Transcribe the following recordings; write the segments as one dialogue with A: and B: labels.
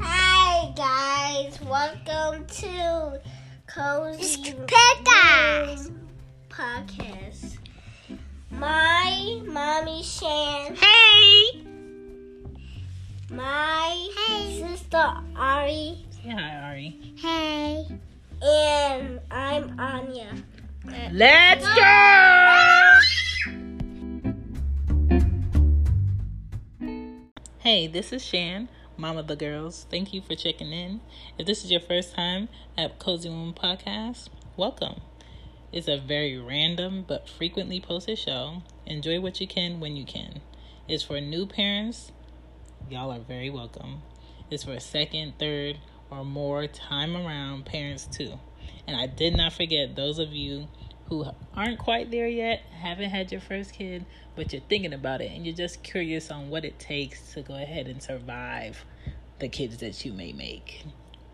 A: Hi guys, welcome to Cozy Pickaxe podcast. My mommy Shan. Hey. My sister Ari.
B: Say hi, Ari.
A: Hey. And I'm Anya.
B: Let's go! Hey, this is Shan, mom of the girls. Thank you for checking in. If this is your first time at Cozy Womb Podcast, welcome. It's a very random but frequently posted show. Enjoy what you can when you can. It's for new parents. Y'all are very welcome. It's for second, third, or more time around parents too. And I did not forget those of you who aren't quite there yet, haven't had your first kid, but you're thinking about it and you're just curious on what it takes to go ahead and survive the kids that you may make.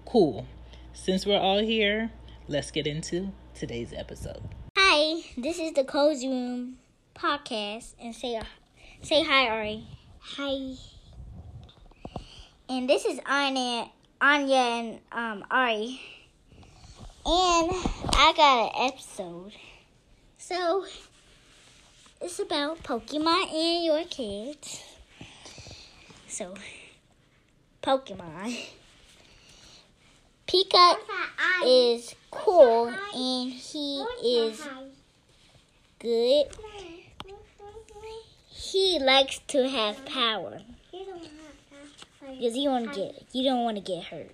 B: Cool. Since we're all here, let's get into today's episode.
A: Hi, this is the Cozy Room podcast, and say say hi, Ari. Hi. And this is Anya, Anya and um, Ari. And I got an episode, so it's about Pokemon and your kids. So, Pokemon. Pika is cool and he is good. He likes to have power because you want to get you don't want to get hurt.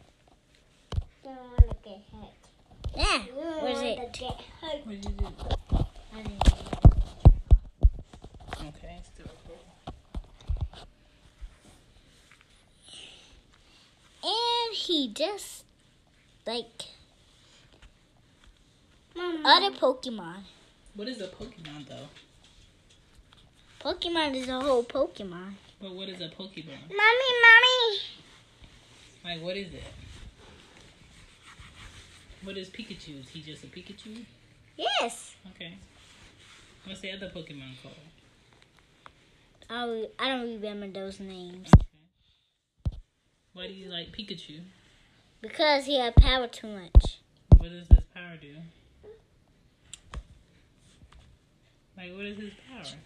A: Yeah, where's it?
B: Okay, still
A: And he just like other Pokemon.
B: What is a Pokemon though?
A: Pokemon is a whole Pokemon.
B: But what is a Pokemon?
A: Mommy, mommy.
B: Like what is it? What is Pikachu? Is he just a Pikachu?
A: Yes.
B: Okay. What's the other Pokemon called?
A: I re- I don't remember those names
B: Why do you like Pikachu?
A: because he had power too much.
B: What does his power do? Like, what is his power?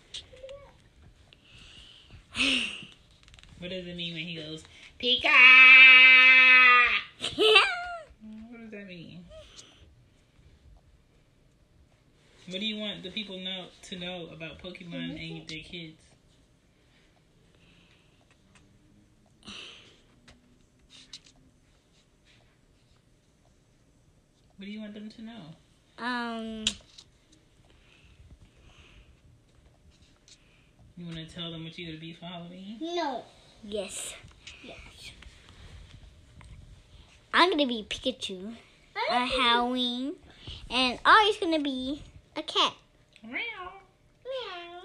B: What does it mean when he goes, Pika? What does that mean? What do you want the people know to know about Pokemon and their kids? What do you want them to know?
A: um.
B: You want to tell them what you're going to be for Halloween?
A: No. Yes. Yes. I'm gonna be Pikachu on Halloween, and Ari's gonna be a cat.
B: Meow.
A: Meow.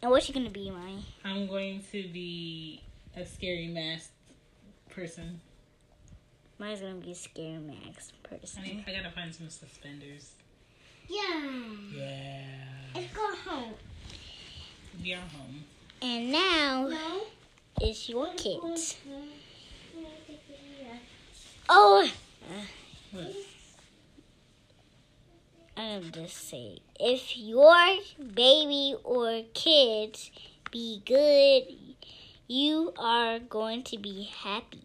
A: And what's she gonna be, Mari?
B: I'm going to be a scary masked person.
A: Mari's gonna be a scary max
B: I
A: person.
B: mean, I gotta find some suspenders.
A: Yeah.
B: Yeah.
A: Let's go home.
B: We are home.
A: And now it's your kids. Oh, hmm.
B: What?
A: I'm just saying, if your baby or kids be good. You are going to be happy.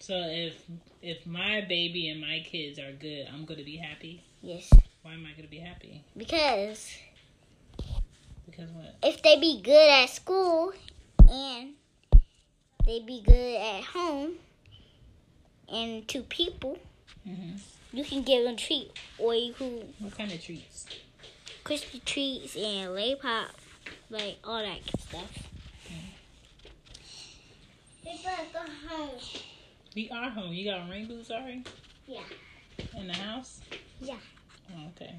B: So if if my baby and my kids are good, I'm gonna be happy.
A: Yes.
B: Why am I gonna be happy?
A: Because
B: Because what?
A: if they be good at school and they be good at home and to people,
B: hmm
A: you can give them treat or you can
B: What kind of treats?
A: crispy treats and lollipop, like all that good stuff.
B: We are home. You got a rain boots already
A: Yeah.
B: in the house.
A: Yeah.
B: Oh, okay.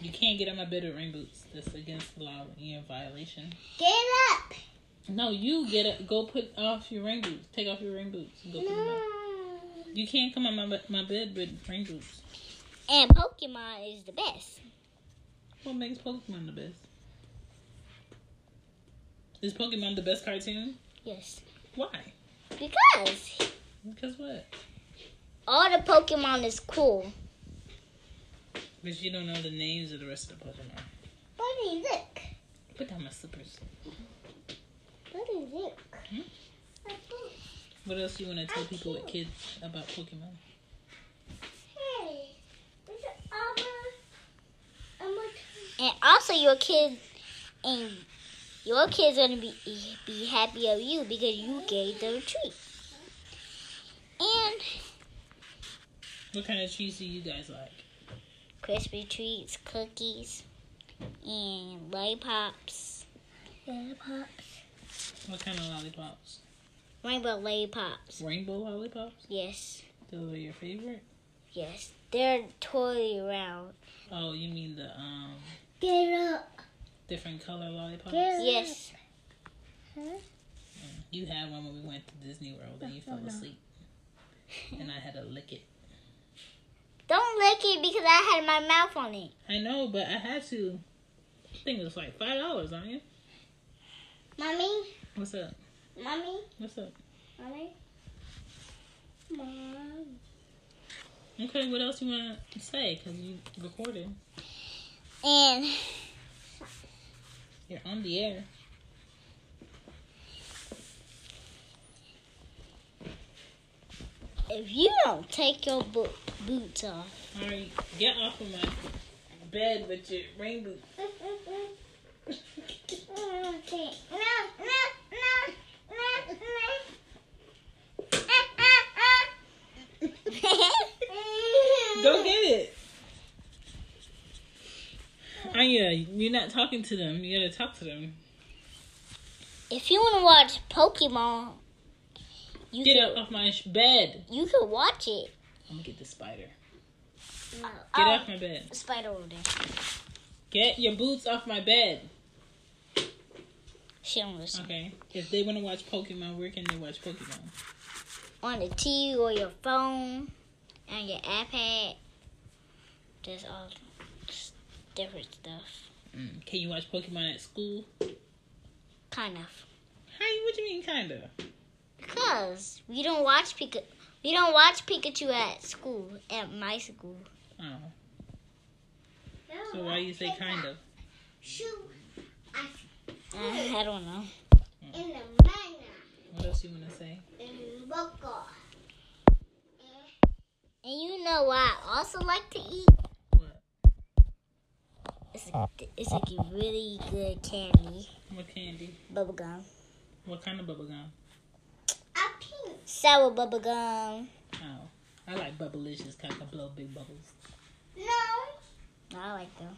B: You can't get on my bed with rain boots. That's against the law. You're in violation.
A: Get up.
B: No, you get it. Go put off your rain boots. Take off your rain boots and go put them on. You can't come on my be- my bed with rain boots.
A: And Pokemon is the best.
B: What makes Pokemon the best? Is Pokemon the best cartoon?
A: Yes.
B: Why?
A: Because
B: Because what?
A: all the Pokemon is cool.
B: Because you don't know the names of the rest of the Pokemon.
A: Buddy, look.
B: Put down my slippers.
A: Buddy, look.
B: Hmm? What else you want to tell people with kids about Pokemon?
A: And also your kids and your kids gonna be be happy of you because you gave them a treat. And
B: What kind of treats do you guys like?
A: crispy treats, cookies, and lollipops. Lollipops.
B: What kind of lollipops?
A: Rainbow lollipops.
B: Rainbow lollipops?
A: Yes,
B: Those are your favorite?
A: yes. They're totally round.
B: Oh, you mean the um
A: Get up.
B: different color lollipops?
A: Yes.
B: You had one when we went to Disney World and you fell asleep. And I had to lick it.
A: Don't lick it because I had my mouth on it.
B: I know, but I had to. I think it was like five dollars on you.
A: Mommy,
B: What's up?
A: mommy,
B: What's up?
A: mommy. Mom.
B: Okay, what else you want to say? Cause you recorded.
A: And
B: You're on the air.
A: if you don't take your bo- boots off,
B: All right, get off of my bed with your rain boots. Go get it. Anya, you're not talking to them. You gotta talk to them.
A: if you want to watch Pokemon, you
B: Get
A: can,
B: up off my sh- bed.
A: you can watch it.
B: I'm gonna get the spider.
A: No.
B: Get off my bed.
A: Oh, Spider over there.
B: Get your boots off my bed.
A: She don't listen.
B: Okay. If they wanna watch Pokemon, where can they watch Pokemon?
A: On the TV or your phone, on your iPad. There's all s- different stuff.
B: Mm. Can you watch Pokemon at school?
A: Kind of.
B: How? you- What you mean, kinda?
A: Because we don't watch Pikachu. We don't watch Pikachu at school, at my school.
B: Oh. So why you say kind of?
A: Uh, I don't know.
B: What else you wanna say?
A: And you know what I also like to eat?
B: What?
A: It's, it's like a really good candy.
B: What candy?
A: Bubblegum.
B: What kind of bubblegum?
A: Sour bubblegum.
B: Oh. I like bubblicious cause I can blow big bubbles.
A: I like them.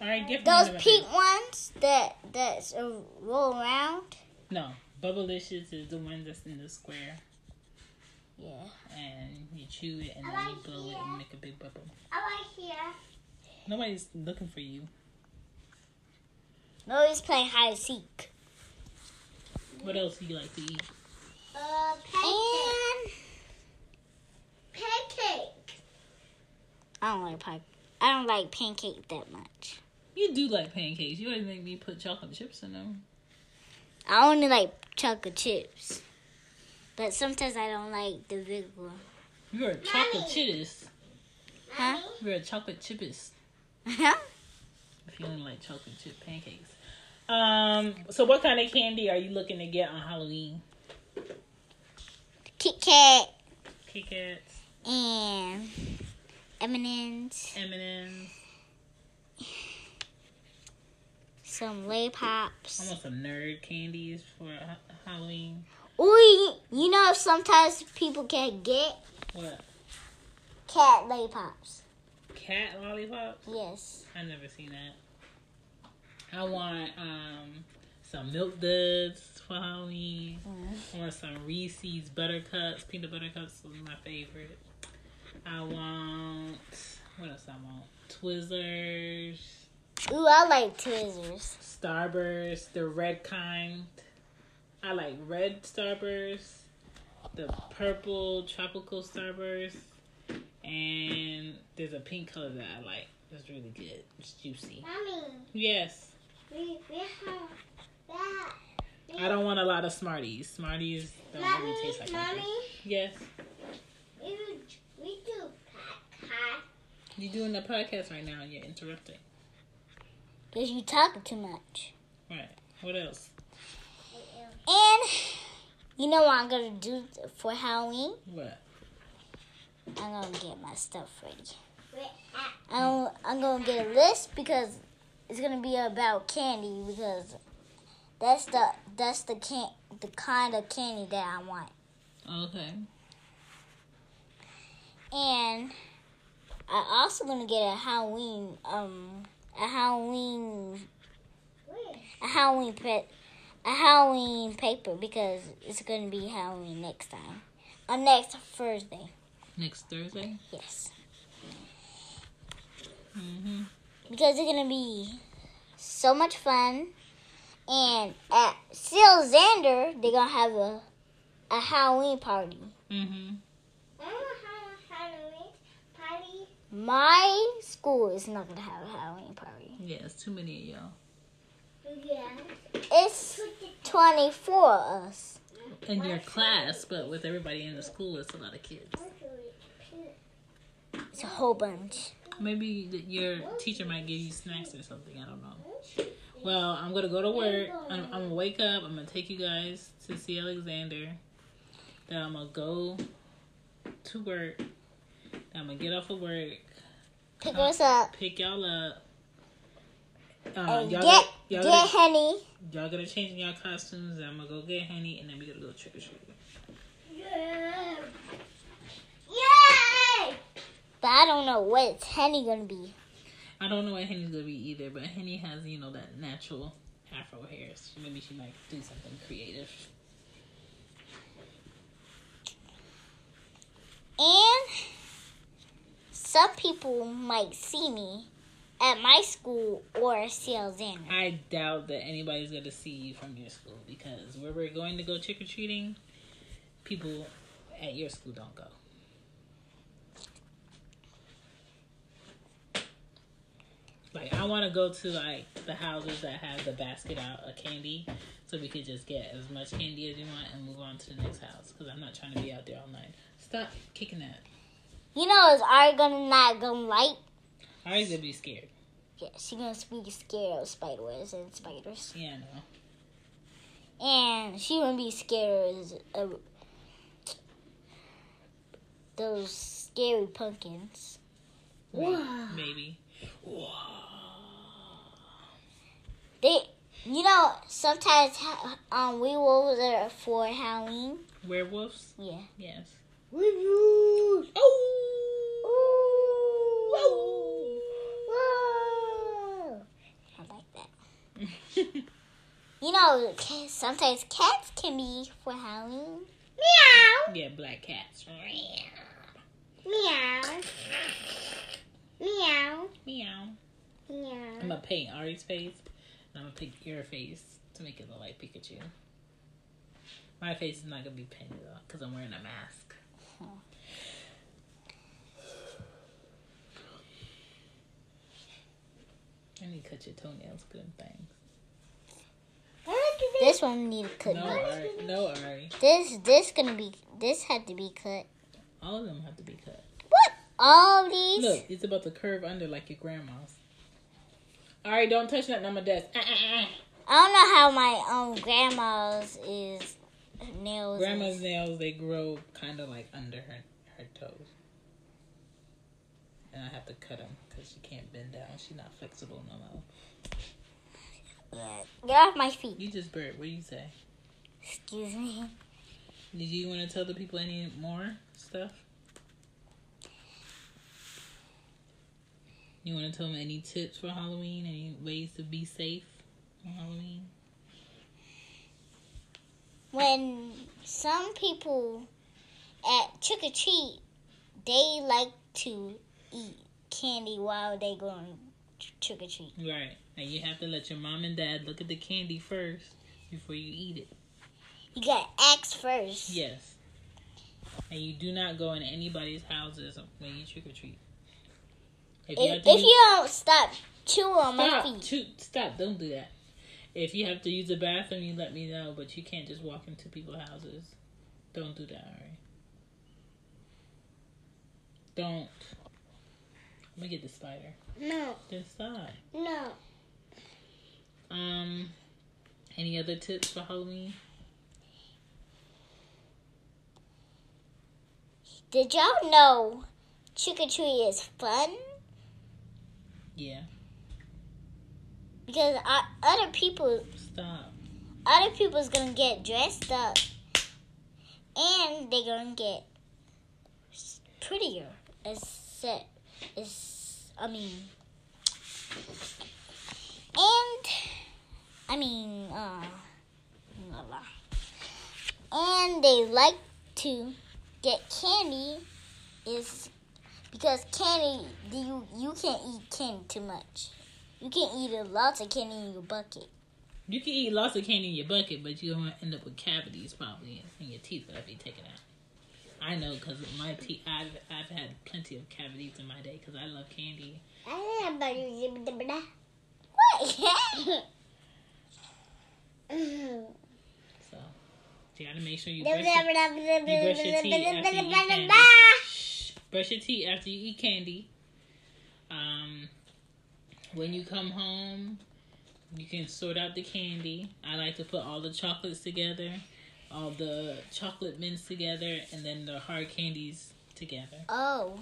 B: All right, get from
A: Those
B: under my
A: pink
B: bed.
A: ones that that's uh, roll around.
B: No, bubblicious is the one that's in the square,
A: Yeah.
B: and you chew it and then you blow it and make a big bubble.
A: I like here.
B: Nobody's looking for you.
A: No, he's playing hide and seek.
B: What else do you like to eat?
A: Uh, pancake. pancake. I don't like pan- I don't like pancake that much.
B: You do like pancakes. You always make me put chocolate chips in them.
A: I only like chocolate chips, but sometimes I don't like the big one.
B: You're a chocolate chitist.
A: Huh?
B: You're a chocolate chipist.
A: Huh?
B: If you don't like chocolate chip pancakes. Um, so what kind of candy are you looking to get on Halloween?
A: Kit Kat
B: Kit Kats,
A: and M&M's,
B: M&M's.
A: some lollipops.
B: I want some nerd candies for Ha- Halloween.
A: Or you, you know, sometimes people can get
B: What?
A: cat lollipops.
B: Cat lollipops?
A: Yes.
B: I never seen that. I want um some milk duds for Halloween, or some Reese's buttercups. Peanut buttercups was my favorite. I want what else? I want Twizzlers,
A: Ooh, I like Twizzlers.
B: Starburst, the red kind. I like red Starburst, the purple tropical Starburst, and there's a pink color that I like. It's really good. It's juicy.
A: Mommy,
B: Yes.
A: we, we have that.
B: I don't want a lot of Smarties. Smarties don't really taste like anything. Yes.
A: we, we do podcast.
B: You're doing a podcast right now and you're interrupting.
A: Because you talk too much.
B: Right. What else?
A: And you know what I'm going to do for Halloween?
B: What?
A: I'm going to get my stuff ready. I'm, I'm going to get a list because it's going to be about candy because that's the that's the can the kind of candy that I want.
B: Okay.
A: And I also gonna get a Halloween um a Halloween a Halloween pre- a Halloween paper because it's gonna be Halloween next time. On next Thursday.
B: Next Thursday?
A: Yes. Because it's gonna be so much fun, and at Seal Xander they're gonna have a a Halloween party.
B: Mm-hmm.
A: My school is not gonna have a Halloween party.
B: Yeah, it's too many of y'all.
A: It's twenty four of us.
B: In your class, but with everybody in the school, it's a lot of kids.
A: It's a whole bunch.
B: Maybe th- your teacher might give you snacks or something. I don't know. Well, I'm gonna go to work. I'm, I'm gonna wake up. I'm gonna take you guys to see Alexander. Then I'm gonna go to work. Then I'm gonna get off of work,
A: Pick us up
B: pick y'all up. Uh,
A: and
B: y'all,
A: get get
B: y'all, gonna,
A: Henny.
B: y'all gonna change in y'all costumes. And I'm gonna go get Henny, and then we gonna go trick or treating.
A: Yay! But I don't know what it's Henny gonna be.
B: I don't know what Henny's gonna be either, but Henny has you know that natural afro hair. So maybe she might do something creative.
A: And some people might see me at my school or see Alexander.
B: I doubt that anybody's gonna see you from your school because where we're going to go trick or treating, people at your school don't go. Like I want to go to like the houses that have the basket out of candy, so we could just get as much candy as you want and move on to the next house. Because I'm not trying to be out there all night. Stop kicking that.
A: You know, is Ari gonna not gonna like?
B: Ari's gonna be scared.
A: Yeah, she gonna be scared of spiders and spiders.
B: Yeah, I know.
A: And she gonna be scared as of those scary pumpkins.
B: Maybe.
A: They, you know, sometimes ha- um we were there for Halloween.
B: Werewolves?
A: Yeah.
B: Yes.
A: Oh. I like that. You know, ca- sometimes cats can be for Halloween. Meow.
B: yeah, black cats.
A: Meow. Meow.
B: Meow. I'm
A: Meow.
B: gonna paint Ari's face, and I'm gonna paint your face to make it look like Pikachu. My face is not gonna be painted though, because I'm wearing a mask. I need to cut your toenails, good things.
A: This one need to cut.
B: No, Ari. No, Ari.
A: This this gonna be this had to be cut.
B: All of them have to be cut.
A: What? All these?
B: Look, it's about to curve under like your grandma's. All right, don't touch nothing on my desk. Uh, uh, uh.
A: I don't know how my um grandma's is nails. is.
B: Grandma's nails they grow kind of like under her her toes, and I have to cut them because she can't bend down. She's not flexible no more.
A: Get off my feet.
B: You just burped. What do you say?
A: Excuse me.
B: Did you want to tell the people any more stuff? You want to tell them any tips for Halloween? Any ways to be safe on Halloween?
A: When some people at trick or treat, they like to eat candy while they going trick or treat.
B: Right. And you have to let your mom and dad look at the candy first before you eat it.
A: You gotta ask first.
B: Yes. And you do not go in anybody's houses when you trick or treat. If you
A: If,
B: have to
A: if
B: use-
A: you don't stop chew on my
B: stop,
A: feet,
B: shoot, stop, don't do that. If you have to use the bathroom, you let me know, but you can't just walk into people's houses. Don't do that, alright? Don't. Let me get the spider.
A: no,
B: Just stop.
A: no.
B: Um, any other tips for Halloween?
A: Did y'all know trick or treat is fun?
B: Yeah.
A: Because uh, other people,
B: Stop.
A: other people's gonna get dressed up, and they gonna get s- prettier. Except, is I mean, and I mean, uh, blah, blah. and they like to get candy is because candy you you can't eat candy too much. You can eat a lot of candy in your bucket.
B: You can eat lots of candy in your bucket, but you're gonna end up with cavities probably in your teeth that'll be taken out. I know because my teeth, I've, I've had plenty of cavities in my day because I love candy.
A: What?
B: So you gotta make sure you brush, your, you brush your teeth after you eat candy. Shh. Brush your teeth after you eat candy. Um, when you come home, you can sort out the candy. I like to put all the chocolates together, all the chocolate mints together, and then the hard candies together.
A: Oh,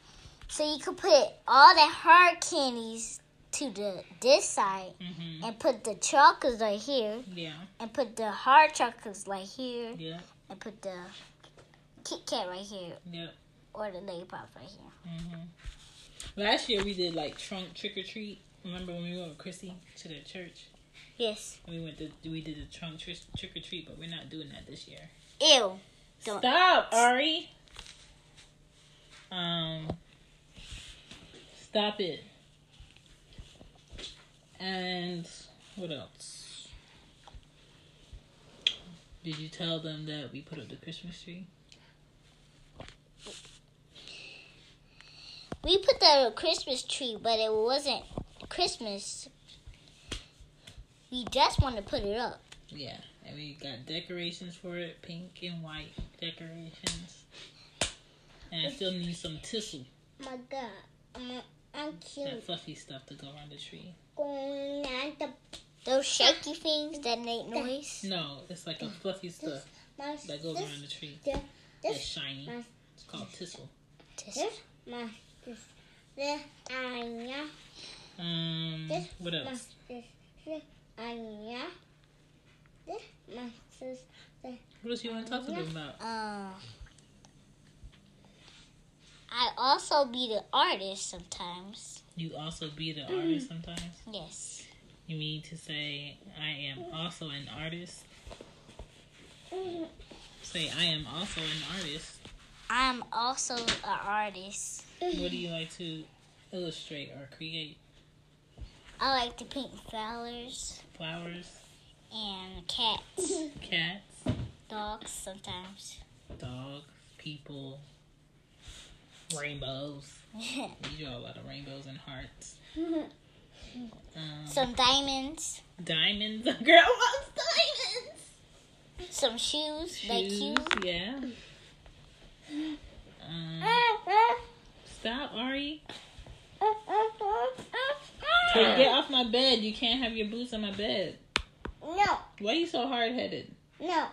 A: so you could put all the hard candies to the this side,
B: hmm
A: and put the chocolates right here,
B: Yeah.
A: and put the hard chocolates right here,
B: Yep.
A: and put the Kit Kat right here,
B: Yep.
A: or the lollipop right here.
B: Last year we did like trunk trick or treat. Remember when we went with Chrissy to the church?
A: Yes.
B: We went to we did the trunk tr- trick or treat, but we're not doing that this year.
A: Ew. Don't-
B: Stop, Ari. Um, stop it. And what else? Did you tell them that we put up the Christmas tree?
A: We put the Christmas tree, but it wasn't Christmas. We just want to put it up.
B: Yeah, and we got decorations for it, pink and white decorations. And I still need some tissue,
A: My God, I'm, I'm
B: that fluffy stuff to go around the tree.
A: Going at the those shaky things that make noise.
B: No, it's like a fluffy stuff
C: My
B: that goes around the tree.
C: sister,
B: It's
C: this,
B: shiny. It's called tissue.
C: this, my sister, Anya,
B: Um,
C: this,
B: what
C: my
B: else?
C: sister, Anya, this, my sister,
B: What else you want to talk to them about?
A: Uh, I also be the artist sometimes.
B: You also be the
C: Mm-hmm.
B: artist sometimes.
A: Yes.
B: You mean to say I am
C: Mm-hmm.
B: also an artist? Say I am also an artist.
A: I'm also an artist.
B: What do you like to illustrate or create?
A: I like to paint flowers
B: Flowers,
A: and cats,
B: cats,
A: dogs sometimes.
B: dogs, people, rainbows. You draw a lot of rainbows and hearts. Um,
A: Some diamonds.
B: diamonds. Girl wants diamonds.
A: some shoes, like
B: Shoes,
A: you.
B: yeah. Um, stop, Ari. Hey, get off my bed. You can't have your boots on my bed.
C: No,
B: Why you so hard headed?
C: no.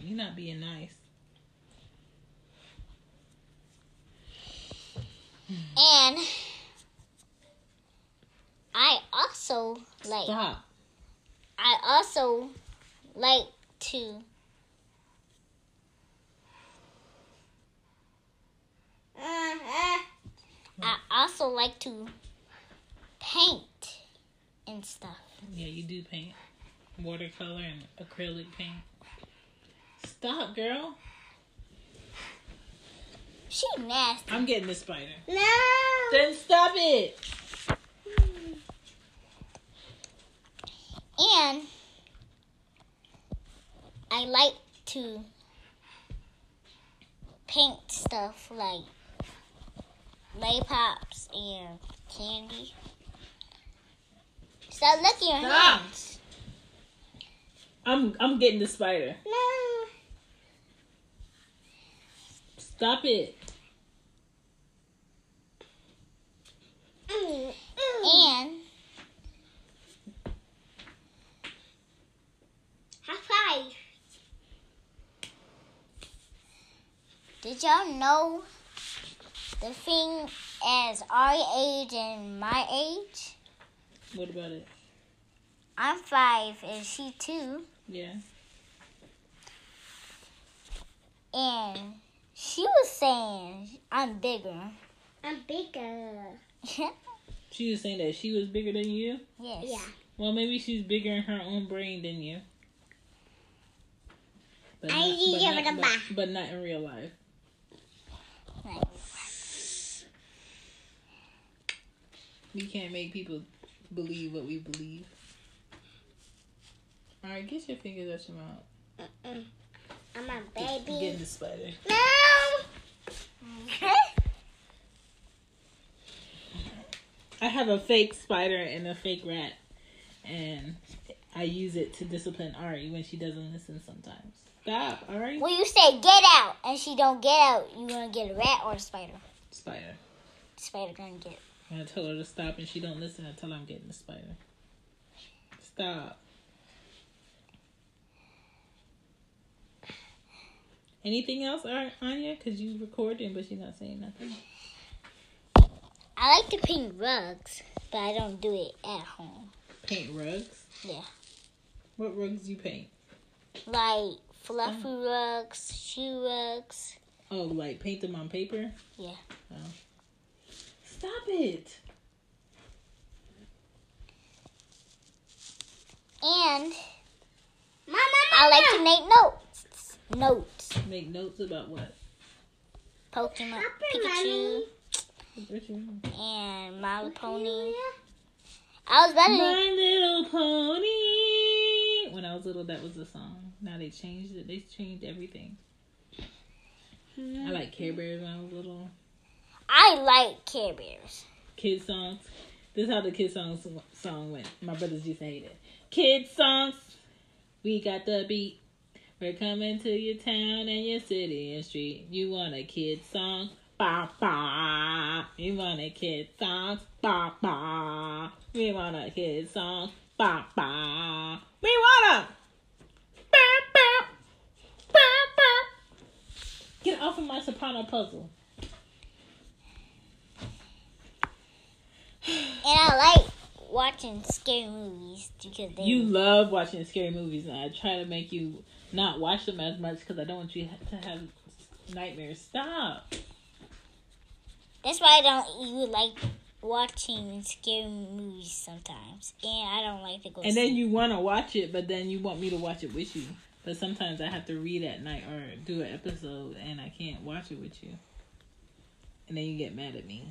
B: You're not being nice.
A: And I also like
B: Stop.
A: I also like to
C: Uh, uh,
A: I also like to paint and stuff.
B: Yeah, you do paint. Watercolor and acrylic paint. Stop, girl.
A: She nasty.
B: I'm getting this spider.
C: no.
B: Then stop it.
A: And I like to paint stuff like lay pops and candy. Stop licking your
B: Stop.
A: hands.
B: I'm I'm getting the spider.
C: No.
B: Stop it.
C: Mm, mm.
A: And
C: High five.
A: Did y'all know the thing as our age and my age?
B: What about it?
A: I'm five and she two,
B: Yeah.
A: and she was saying I'm bigger.
C: I'm bigger.
A: yes.
B: She was saying that she was bigger than you.
C: Yeah.
B: Well, maybe she's bigger in her own brain than you. But
C: I need to give it a
B: but-
C: bath.
B: but not in real life.
A: Nice.
B: We can't make people believe what we believe. All right, get your fingers out your mouth.
C: I'm a
B: Get
C: baby.
B: in the spider.
C: No.
B: I have a fake spider and a fake rat, and I use it to discipline Ari when she doesn't listen sometimes. Stop, Ari.
A: When you say get out and she don't get out, you gonna get a rat or a spider.
B: Spider.
A: Spider gonna get.
B: When I tell her to stop and she don't listen, I tell her I'm getting the spider. Stop. Anything else, Ar- Anya? Cause you recording, but she's not saying nothing.
A: I like to paint rugs, but I don't do it at home.
B: Paint rugs.
A: Yeah.
B: What rugs you paint?
A: Like fluffy rugs, shoe rugs.
B: Oh, like paint them on paper.
A: Yeah.
B: Oh. Stop it.
A: And
C: Mama, mama.
A: I like to make notes. Notes.
B: Make notes about what.
A: Pokemon
C: Happy
A: Pikachu
C: mommy.
B: What you mean?
A: and My Little Pony. I was better than
B: My little pony. When I was little, that was the song. Now they changed it. They changed everything. I like Care Bears when I was little.
A: I like Care Bears.
B: Kids songs. This is how the kids songs song went. My brothers used to hate it. Kids songs. We got the beat. We're coming to your town and your city and street. You want a kid song? Ba ba. You want a kid song? Ba ba. We want a kid song? Ba ba. We want a. Ba ba. Ba ba. Get off of my soprano puzzle.
A: And I like watching scary movies because they
B: You love watching scary movies, and I try to make you not watch them as much because I don't want you ha- to have nightmares. Stop.
A: that's why I don't even like watching scary movies sometimes. And I don't like to go
B: And then
A: see-
B: you want to watch it, but then you want me to watch it with you. But sometimes I have to read at night or do an episode, and I can't watch it with you. And then you get mad at me.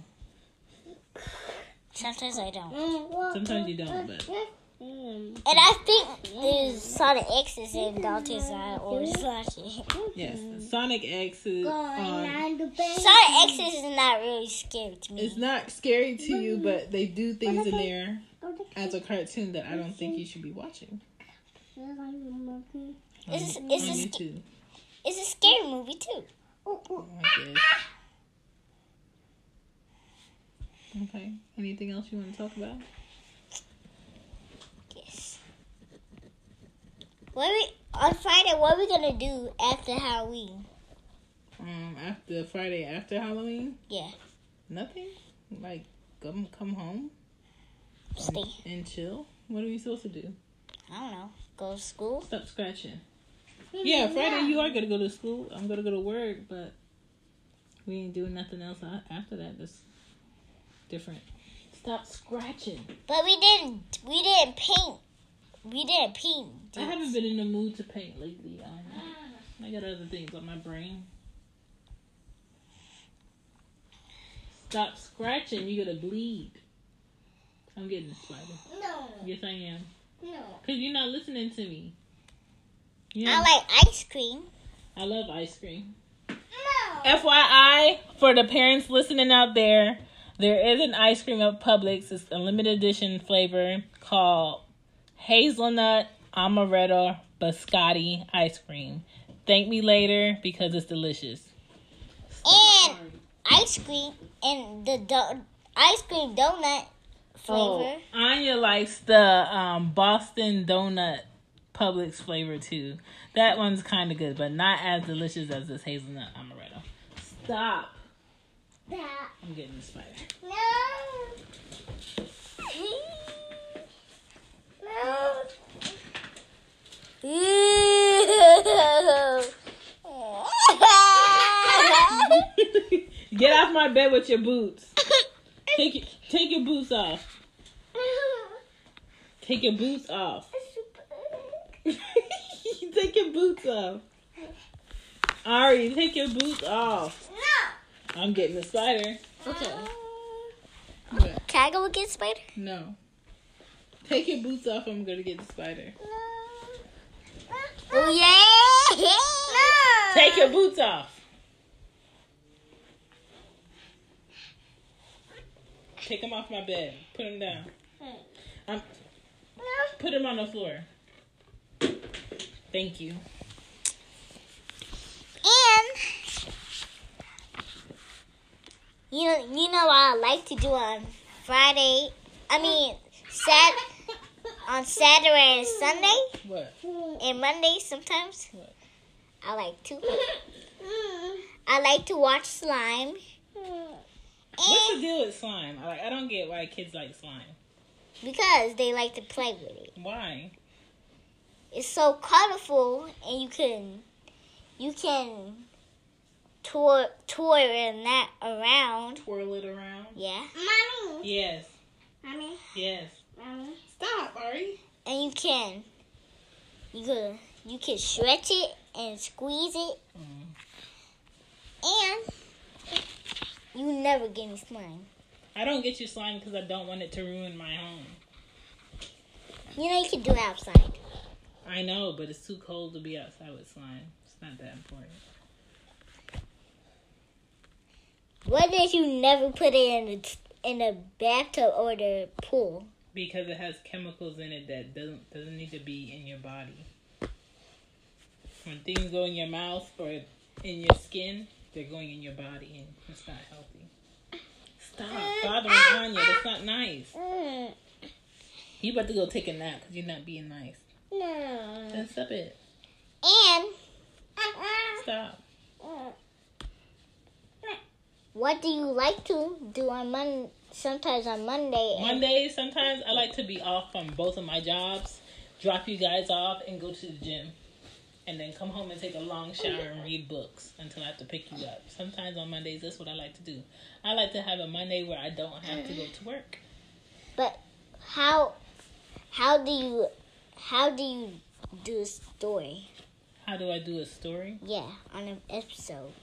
A: sometimes I don't.
B: Sometimes you don't, but
A: And I think there's Sonic X's in Dalton's eye or Sonic.
B: yes, Sonic X is on.
C: I'm the baby.
A: Sonic X's is not really scary to me.
B: It's not scary to you, but they do things in there as a cartoon that I don't think you should be watching
A: It's
B: on
A: it's a, sc-
B: YouTube.
A: it's a scary movie too.
B: I guess. Okay. Anything else you want to talk about?
A: Yes. What we on Friday? What we gonna do after Halloween?
B: Um, after Friday after Halloween,
A: Yeah,
B: nothing. Like come come home
A: stay.
B: and chill. What are we supposed to do?
A: I don't know. Go to school.
B: Stop scratching. Yeah, Friday you are gonna go to school. I'm gonna go to work, but we ain't doing nothing else a- after that. That's different. Stop scratching.
A: But we didn't. We didn't paint. We didn't paint.
B: I haven't been in the mood to paint lately. I, I got other things on my brain. Stop scratching. You're gonna bleed. I'm getting this spider.
C: No.
B: Yes, I am.
C: No.
B: Cause you're not listening to me. You
A: I
B: know-
A: like ice cream.
B: I love ice cream.
C: No.
B: FYI, for the parents listening out there, there is an ice cream at Publix. It's a limited edition flavor called Hazelnut Amaretto Biscotti Ice Cream. Thank me later because it's delicious.
A: And ice cream and the do- ice cream donut flavor.
B: Oh, Anya likes the um, Boston Donut Publix flavor too. That one's kind of good, but not as delicious as this Hazelnut Amaretto. Stop.
C: That.
B: I'm getting inspired.
C: No. No.
B: Get off my bed with your boots. Take your, take your boots off. Take your boots off. take your boots off. Ari, take your boots off. I'm getting a spider. Okay.
A: Can I go get spider?
B: No. Take your boots off. I'm gonna get the spider.
A: Uh. Oh yeah!
B: Take your boots off. Take them off my bed. Put them down. I'm, put them on the floor. Thank you.
A: And you know, you know what I like to do on Friday. I mean, sat on Saturday and Sunday
B: What?
A: and Monday sometimes.
B: What?
A: I like to. I like to watch slime.
B: What's the
A: And
B: deal with slime? I, like, I don't get why kids like slime.
A: because they like to play with it.
B: Why?
A: It's so colorful and you can you can tour tour and that around.
B: Twirl it around.
A: Yeah.
C: Mommy.
B: Yes.
C: Mommy.
B: Yes.
C: Mommy.
B: Stop, Ari.
A: and you can you can you can stretch it and squeeze it and you never get any slime
B: I don't get you slime because I don't want it to ruin my home.
A: you know you can do it outside
B: I know, but it's too cold to be outside with slime. It's not that important.
A: what if you never put it in the t- in the bathtub or the pool
B: Because it has chemicals in it that doesn't doesn't need to be in your body. When things go in your mouth or in your skin, they're going in your body and it's not healthy. Stop bothering Anya. That's not nice.
C: Mm,
B: You about to go take a nap because you're not being nice.
C: No.
B: Then stop it.
A: and
C: Uh-uh.
B: Stop.
A: what do you like to do on Mon? sometimes on monday and-
B: Monday, sometimes I like to be off from both of my jobs, drop you guys off, and go to the gym. And then come home and take a long shower and read books until I have to pick you up. Sometimes on Mondays, that's what I like to do. I like to have a Monday where I don't have to go to work.
A: but how how do you how do you do a story
B: How do I do a story?
A: yeah on an episode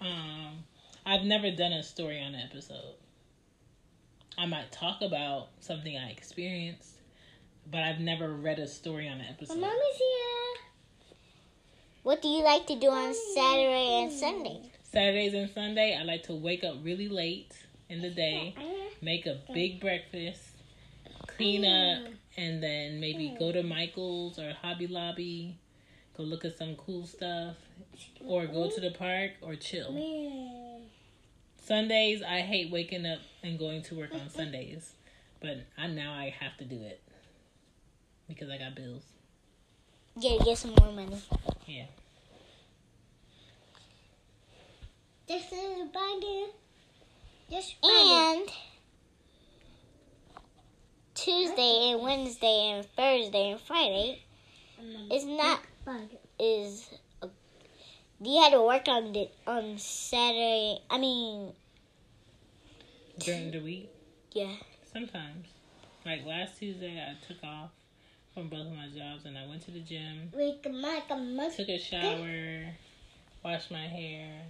B: Um, I've never done a story on an episode. I might talk about something I experienced, but I've never read a story on an episode.
C: Mommy's here.
A: What do you like to do on Saturday and Sunday?
B: Saturdays and Sunday, I like to wake up really late in the day, make a big breakfast, clean up, and then maybe go to Michael's or Hobby Lobby, go look at some cool stuff, or go to the park or chill. Sundays, I hate waking up and going to work on Sundays. But I now I have to do it because I got bills.
A: Yeah, get some more money.
B: Yeah.
C: This is Bunny. Just Bunny.
A: And Tuesday and Wednesday and Thursday and Friday is not
C: Bug.
A: is. a- You had to work on it on Saturday. I mean,
B: During the week,
A: yeah.
B: sometimes. Like last Tuesday, I took off from both of my jobs and I went to the gym,
C: We can make a monkey.
B: took a shower, washed my hair,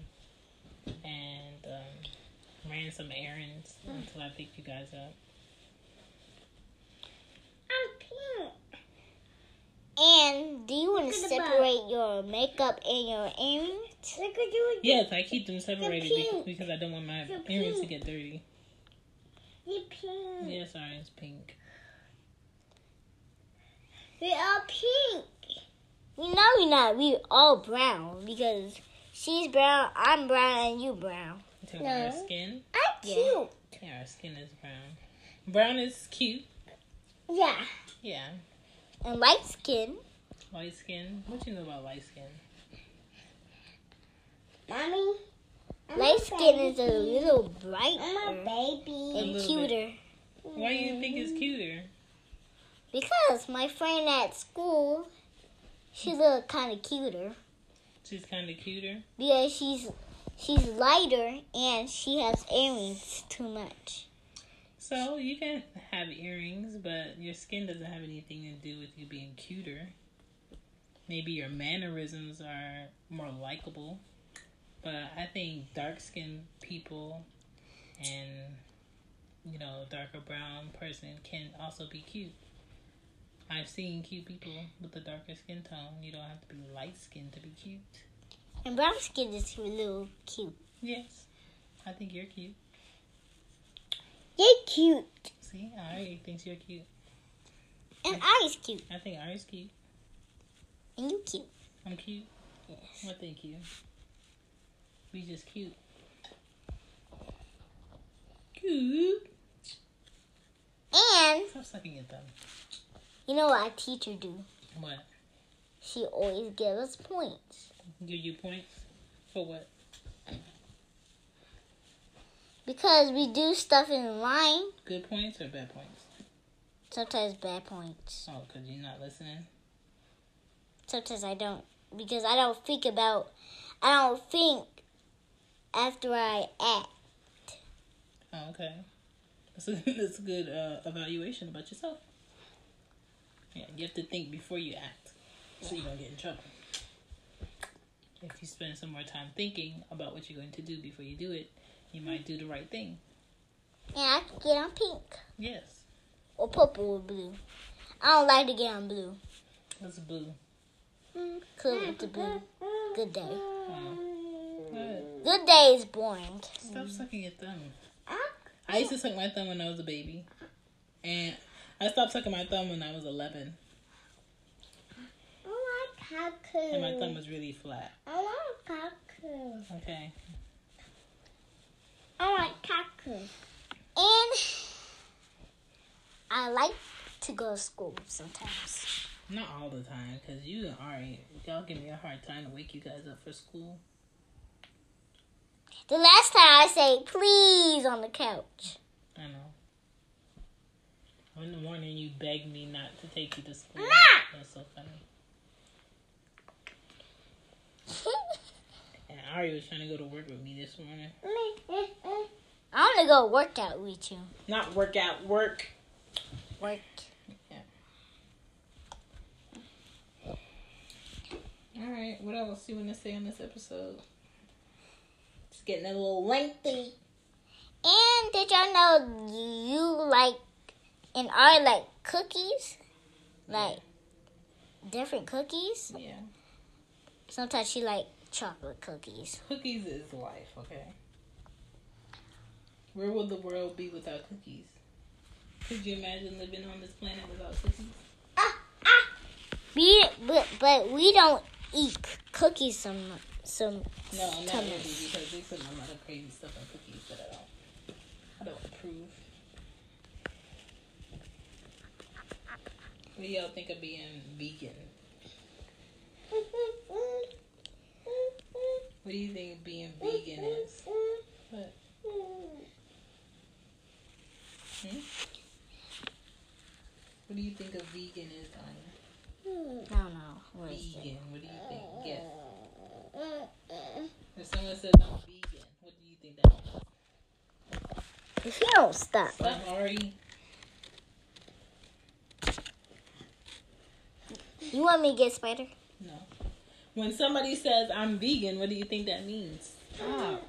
B: and um, ran some errands until I picked you guys up.
C: I'm pink.
A: And do you want to
C: Look at the bug.
A: separate your makeup and your earrings?
C: Look at you.
B: Yes, I keep them separated be-
C: pink.
B: because I don't want my
C: The
B: earrings to
C: pink.
B: get dirty.
C: You're pink.
B: Yes, sorry, it's pink.
C: We are pink.
A: We know we're not. We all brown because she's brown, I'm brown, and you brown.
B: You talking about our
C: No.
B: skin?
C: I'm
A: Yeah.
C: cute.
B: Yeah, our skin is brown. Brown is cute.
C: Yeah.
B: Yeah.
A: And light skin.
B: Light skin. What you know about light skin?
C: Mommy. I'm
A: Light
C: a
A: skin is a
C: baby.
A: little
C: I'm a
A: brighter
C: baby.
A: and
B: little bit.
A: cuter.
B: Why do you think it's cuter?
A: Because my friend at school, she look kind of cuter
B: She's kind of cuter.
A: because she's she's lighter and she has earrings too much.
B: So you can have earrings, but your skin doesn't have anything to do with you being cuter. Maybe your mannerisms are more likable, but I think dark skinned people and you know a darker brown person can also be cute. I've seen cute people with a darker skin tone. You don't have to be light skinned to be cute.
A: And brown skin is a little cute.
B: Yes, I think you're cute.
A: They cute.
B: See, Ari thinks you're cute.
A: And I is cute.
B: I think Ari's cute.
A: And you cute.
B: I'm cute. Well, thank you. We just cute. Cute.
A: And
B: Stop sucking your thumb.
A: you know what our teacher do?
B: What?
A: She always give us points
B: Give you points for what?
A: because we do stuff in line.
B: Good points or bad points?
A: Sometimes bad points.
B: Oh, cause you're not listening.
A: sometimes I don't because I don't think about I don't think after I act.
B: Oh, okay. That's a, that's a good uh, evaluation about yourself. Yeah, you have to think before you act, so you don't get in trouble. If you spend some more time thinking about what you're going to do before you do it, you might do the right thing.
A: And I can get on pink
B: Yes.
A: or purple or blue. I don't like to get on blue.
B: That's blue.
A: Cool
C: Mm,
A: with the blue. Good day.
C: mm.
B: Good.
A: Good day is boring.
B: Stop sucking your thumb. I used to suck my thumb when I was a baby. And I stopped sucking my thumb when I was 11.
C: I like
B: And my
C: Kaku.
B: thumb was really flat.
C: I like Kaku.
B: Okay.
C: I like Kaku.
A: And I like to go to school sometimes.
B: Not all the time, because you and Ari, y'all give me a hard time to wake you guys up for school.
A: The last time I say please on the couch.
B: I know. In the morning, you begged me not to take you to school. That's so funny. And Ari was trying to go to work with me this morning.
C: eh,
A: I want to go work out with you.
B: Not work out, work.
A: Work.
B: All right, what else you want to say on this episode? It's getting a little lengthy.
A: And did y'all know you like and I like cookies? Like different cookies?
B: Yeah.
A: Sometimes she like chocolate cookies.
B: Cookies is life, okay? Where would the world be without cookies? Could you imagine living on this planet without cookies?
A: We but but we don't eat c- cookies some some
B: No, not
A: Tell me.
B: really, because they put a lot of crazy stuff in cookies that I don't. I don't approve. What do y'all think of being vegan? What do you think being vegan is? What? Hmm? What do you think of vegan is, Anya?
A: I don't know. What is it?
B: Vegan. What do you think? Yes. If someone says I'm vegan, what do you think that means?
A: If you don't stop.
B: Stop, Ari.
A: You want me to get spider?
B: No. When somebody says I'm vegan, what do you think that means? Stop.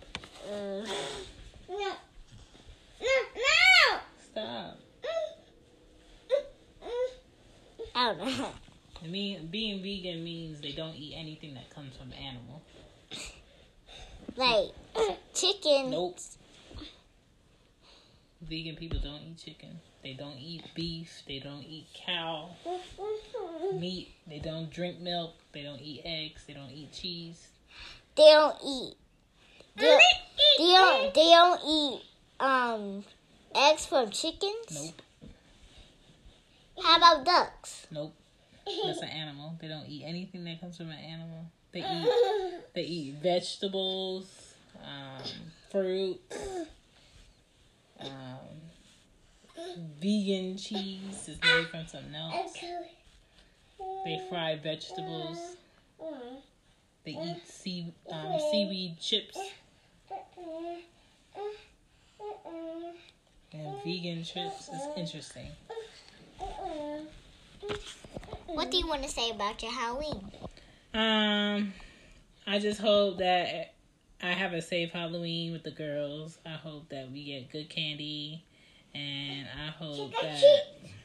C: No. No.
B: Stop.
C: No.
A: I don't know.
B: I mean, being vegan means they don't eat anything that comes from animal.
A: Like chicken.
B: Nope. Vegan people don't eat chicken. They don't eat beef. They don't eat cow meat. They don't drink milk. They don't eat eggs. They don't eat cheese.
A: They don't eat. They don't, they don't, they don't eat um eggs from chickens.
B: Nope.
A: How about ducks?
B: Nope. That's an animal. They don't eat anything that comes from an animal. They eat. They eat vegetables, um, fruit, um, vegan cheese is made from something else. They fry vegetables. They eat sea um, seaweed chips and vegan chips. is interesting.
A: What do you want to say about your Halloween?
B: Um, I just hope that I have a safe Halloween with the girls. I hope that we get good candy, and I hope that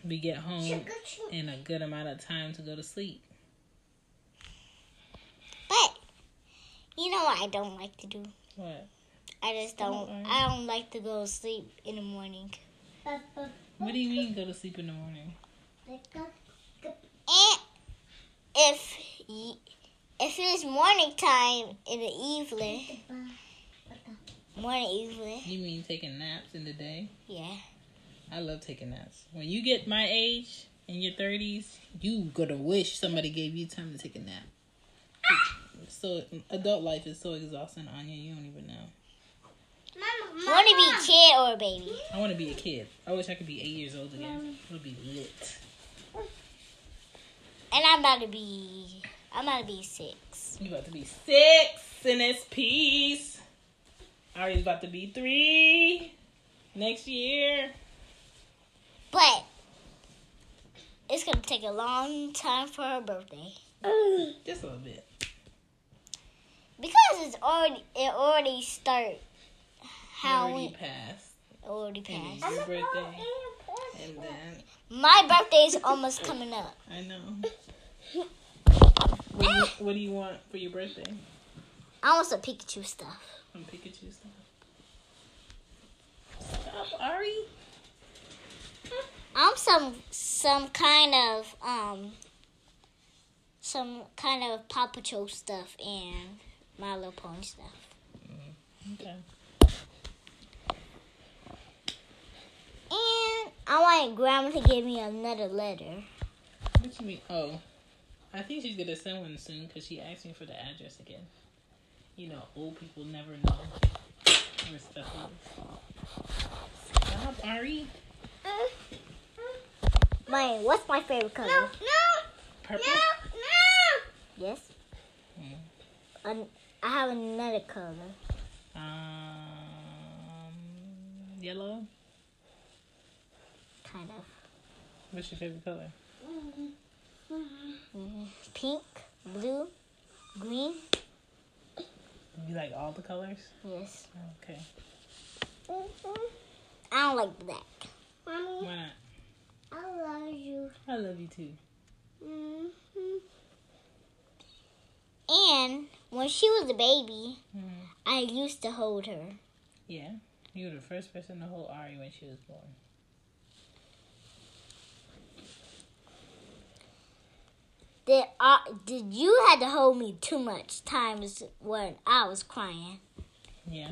B: we get home in a good amount of time to go to sleep.
A: But you know what I don't like to do.
B: What?
A: I just don't. I don't like to go to sleep in the morning.
B: What do you mean go to sleep in the morning?
A: And if y- if it's morning time in the evening, morning evening,
B: You mean taking naps in the day?
A: yeah.
B: I love taking naps. When you get my age in your thirties, you gonna wish somebody gave you time to take a nap. So adult life is so exhausting, Anya. You don't even know.
A: Want to be a kid or a baby?
B: I want to be a kid. I wish I could be eight years old again. It'll be lit.
A: And I'm about to be. I'm about to be six.
B: You about to be six in this piece. Ari's about to be three next year.
A: But it's gonna take a long time for her birthday
B: Just a little bit.
A: because it's already. It already start.
B: Already
A: Halloween
B: passed.
A: already
B: And
A: passed.
B: your birthday. And then
A: My birthday is almost coming up.
B: I know. What do, you, what do you want for your birthday?
A: I want some Pikachu stuff.
B: From Pikachu stuff. Stop, Ari.
A: I'm some some kind of um some kind of Paw Patrol stuff and My Little Pony stuff.
B: Okay.
A: And I want Grandma to give me another letter.
B: What you mean? Oh, I think she's gonna send one soon because she asked me for the address again. You know, old people never know where stuff is. Stop, Ari.
A: My what's my favorite color?
B: Purple.
A: Yes.
B: Hmm.
A: An- I have another color.
B: Um, yellow.
A: Kind of
B: What's your favorite color?
A: Mm-hmm. pink, blue, green.
B: You like all the colors?
A: Yes.
B: Okay.
A: I don't like black.
C: Mommy,
B: Why not?
C: I love you. Mm-hmm.
B: I love you too.
A: And when she was a baby,
C: Mm-hmm.
B: Mhm.
A: I used to hold her.
B: Yeah. You were the first person to hold Ari when she was born.
A: Did uh, did you had to hold me too much times when I was crying?
B: Yeah.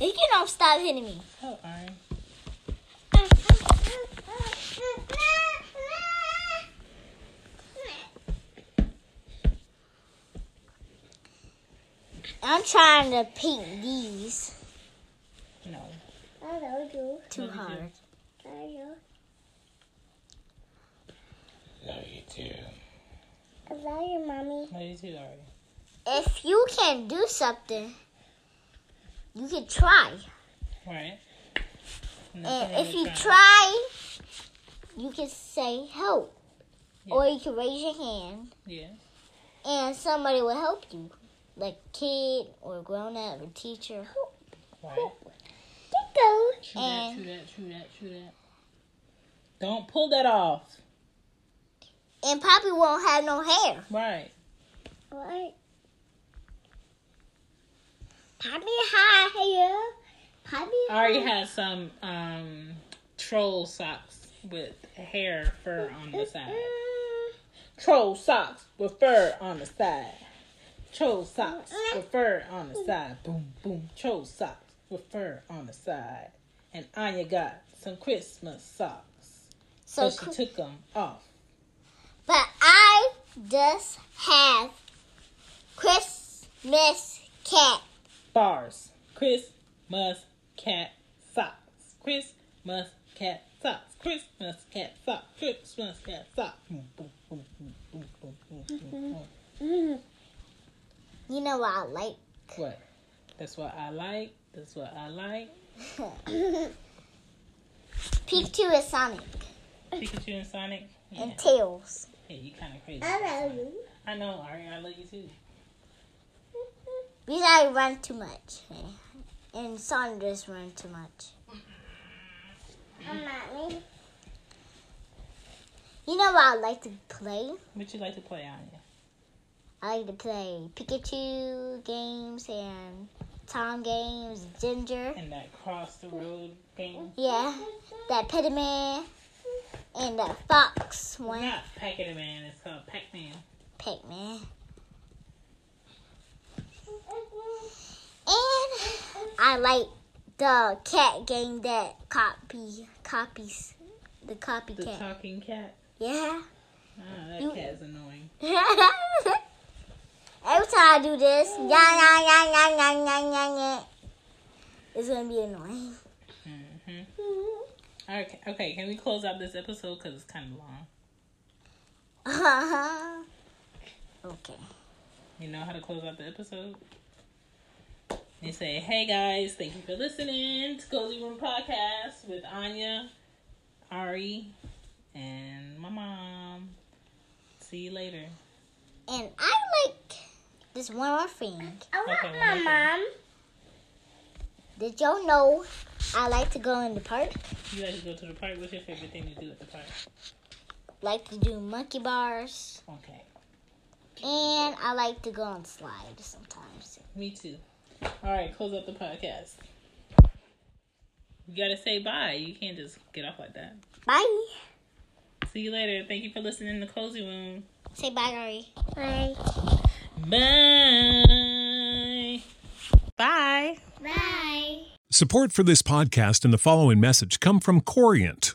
A: You don't stop hitting me.
B: Oh, Ari.
A: I'm trying to paint these
B: No.
C: I love you.
A: too hard.
C: I love you.
B: Love you too.
C: I love you, mommy.
B: Love you too, Ari.
A: If you can do something, you can try.
B: Right.
A: And if you try, you can say help. Or you can raise your hand
B: Yeah.
A: and somebody will help you. Like kid or grown up or teacher.
B: Right.
A: Go.
B: True that,
A: And
B: true that, true that, true that. Don't pull that off.
A: and Poppy won't have no hair.
B: Right.
C: What? Poppy, hi here. Poppy,
B: Ari has some um troll socks with hair fur on the side. Troll socks with fur on the side. Troll socks with fur on the side. Boom boom. Troll socks with fur on the side. And Anya got some Christmas socks,
A: So,
B: so she
A: cr-
B: took them off.
A: but I just have Christmas cat.
B: bars. Christmas cat socks. Christmas cat socks. Christmas cat socks. Christmas cat socks. Boom, boom, boom, boom, boom, boom, boom, boom, boom.
A: You know what I like?
B: What? That's what I like. That's what I like.
A: Pikachu and Sonic
B: Pikachu and Sonic. Yeah,
A: and Tails.
B: yeah you kind of crazy.
C: I love you.
B: I know, Ari. I love you too.
A: Because I run too much. And Sonic just run too much.
C: Mommy.
A: You know what I like to play?
B: What you like to play, Anya?
A: I like to play Pikachu games and Tom games, Ginger.
B: And that cross the road game.
A: Yeah, that Petaman and that Fox one.
B: Not Pac-Man. It's called Pac-Man.
A: Pac-Man. And I like the cat game that copy copies the
B: The
A: copycat.
B: talking cat.
A: Yeah.
B: Ah, that
A: You-
B: cat's annoying.
A: Every time I do this, yeah, yeah, yeah, yeah, yeah, yeah, yeah, yeah, it's gonna be annoying.
B: hmm Okay, okay, can we close out this episode because it's kind of long?
A: okay.
B: You know how to close out the episode? You say, hey guys, thank you for listening to Cozy Room Podcast with Anya, Ari, and my mom. See you later.
A: And I like this one more thing.
C: I
B: Okay,
C: want
B: one
C: my
B: more
C: mom.
A: Did y'all know I like to go in the park?
B: You like to go to the park? What's your favorite thing to do at the park?
A: Like to do monkey bars,
B: Okay,
A: and I like to go on slides sometimes.
B: me too. All right, close out the podcast. You gotta say bye. You can't just get off like that.
A: Bye.
B: See you later. Thank you for listening to Cozy Room.
A: Say bye, Ari. Bye.
B: Bye. Bye.
C: Bye.
D: Support for this podcast and the following message come from Corient.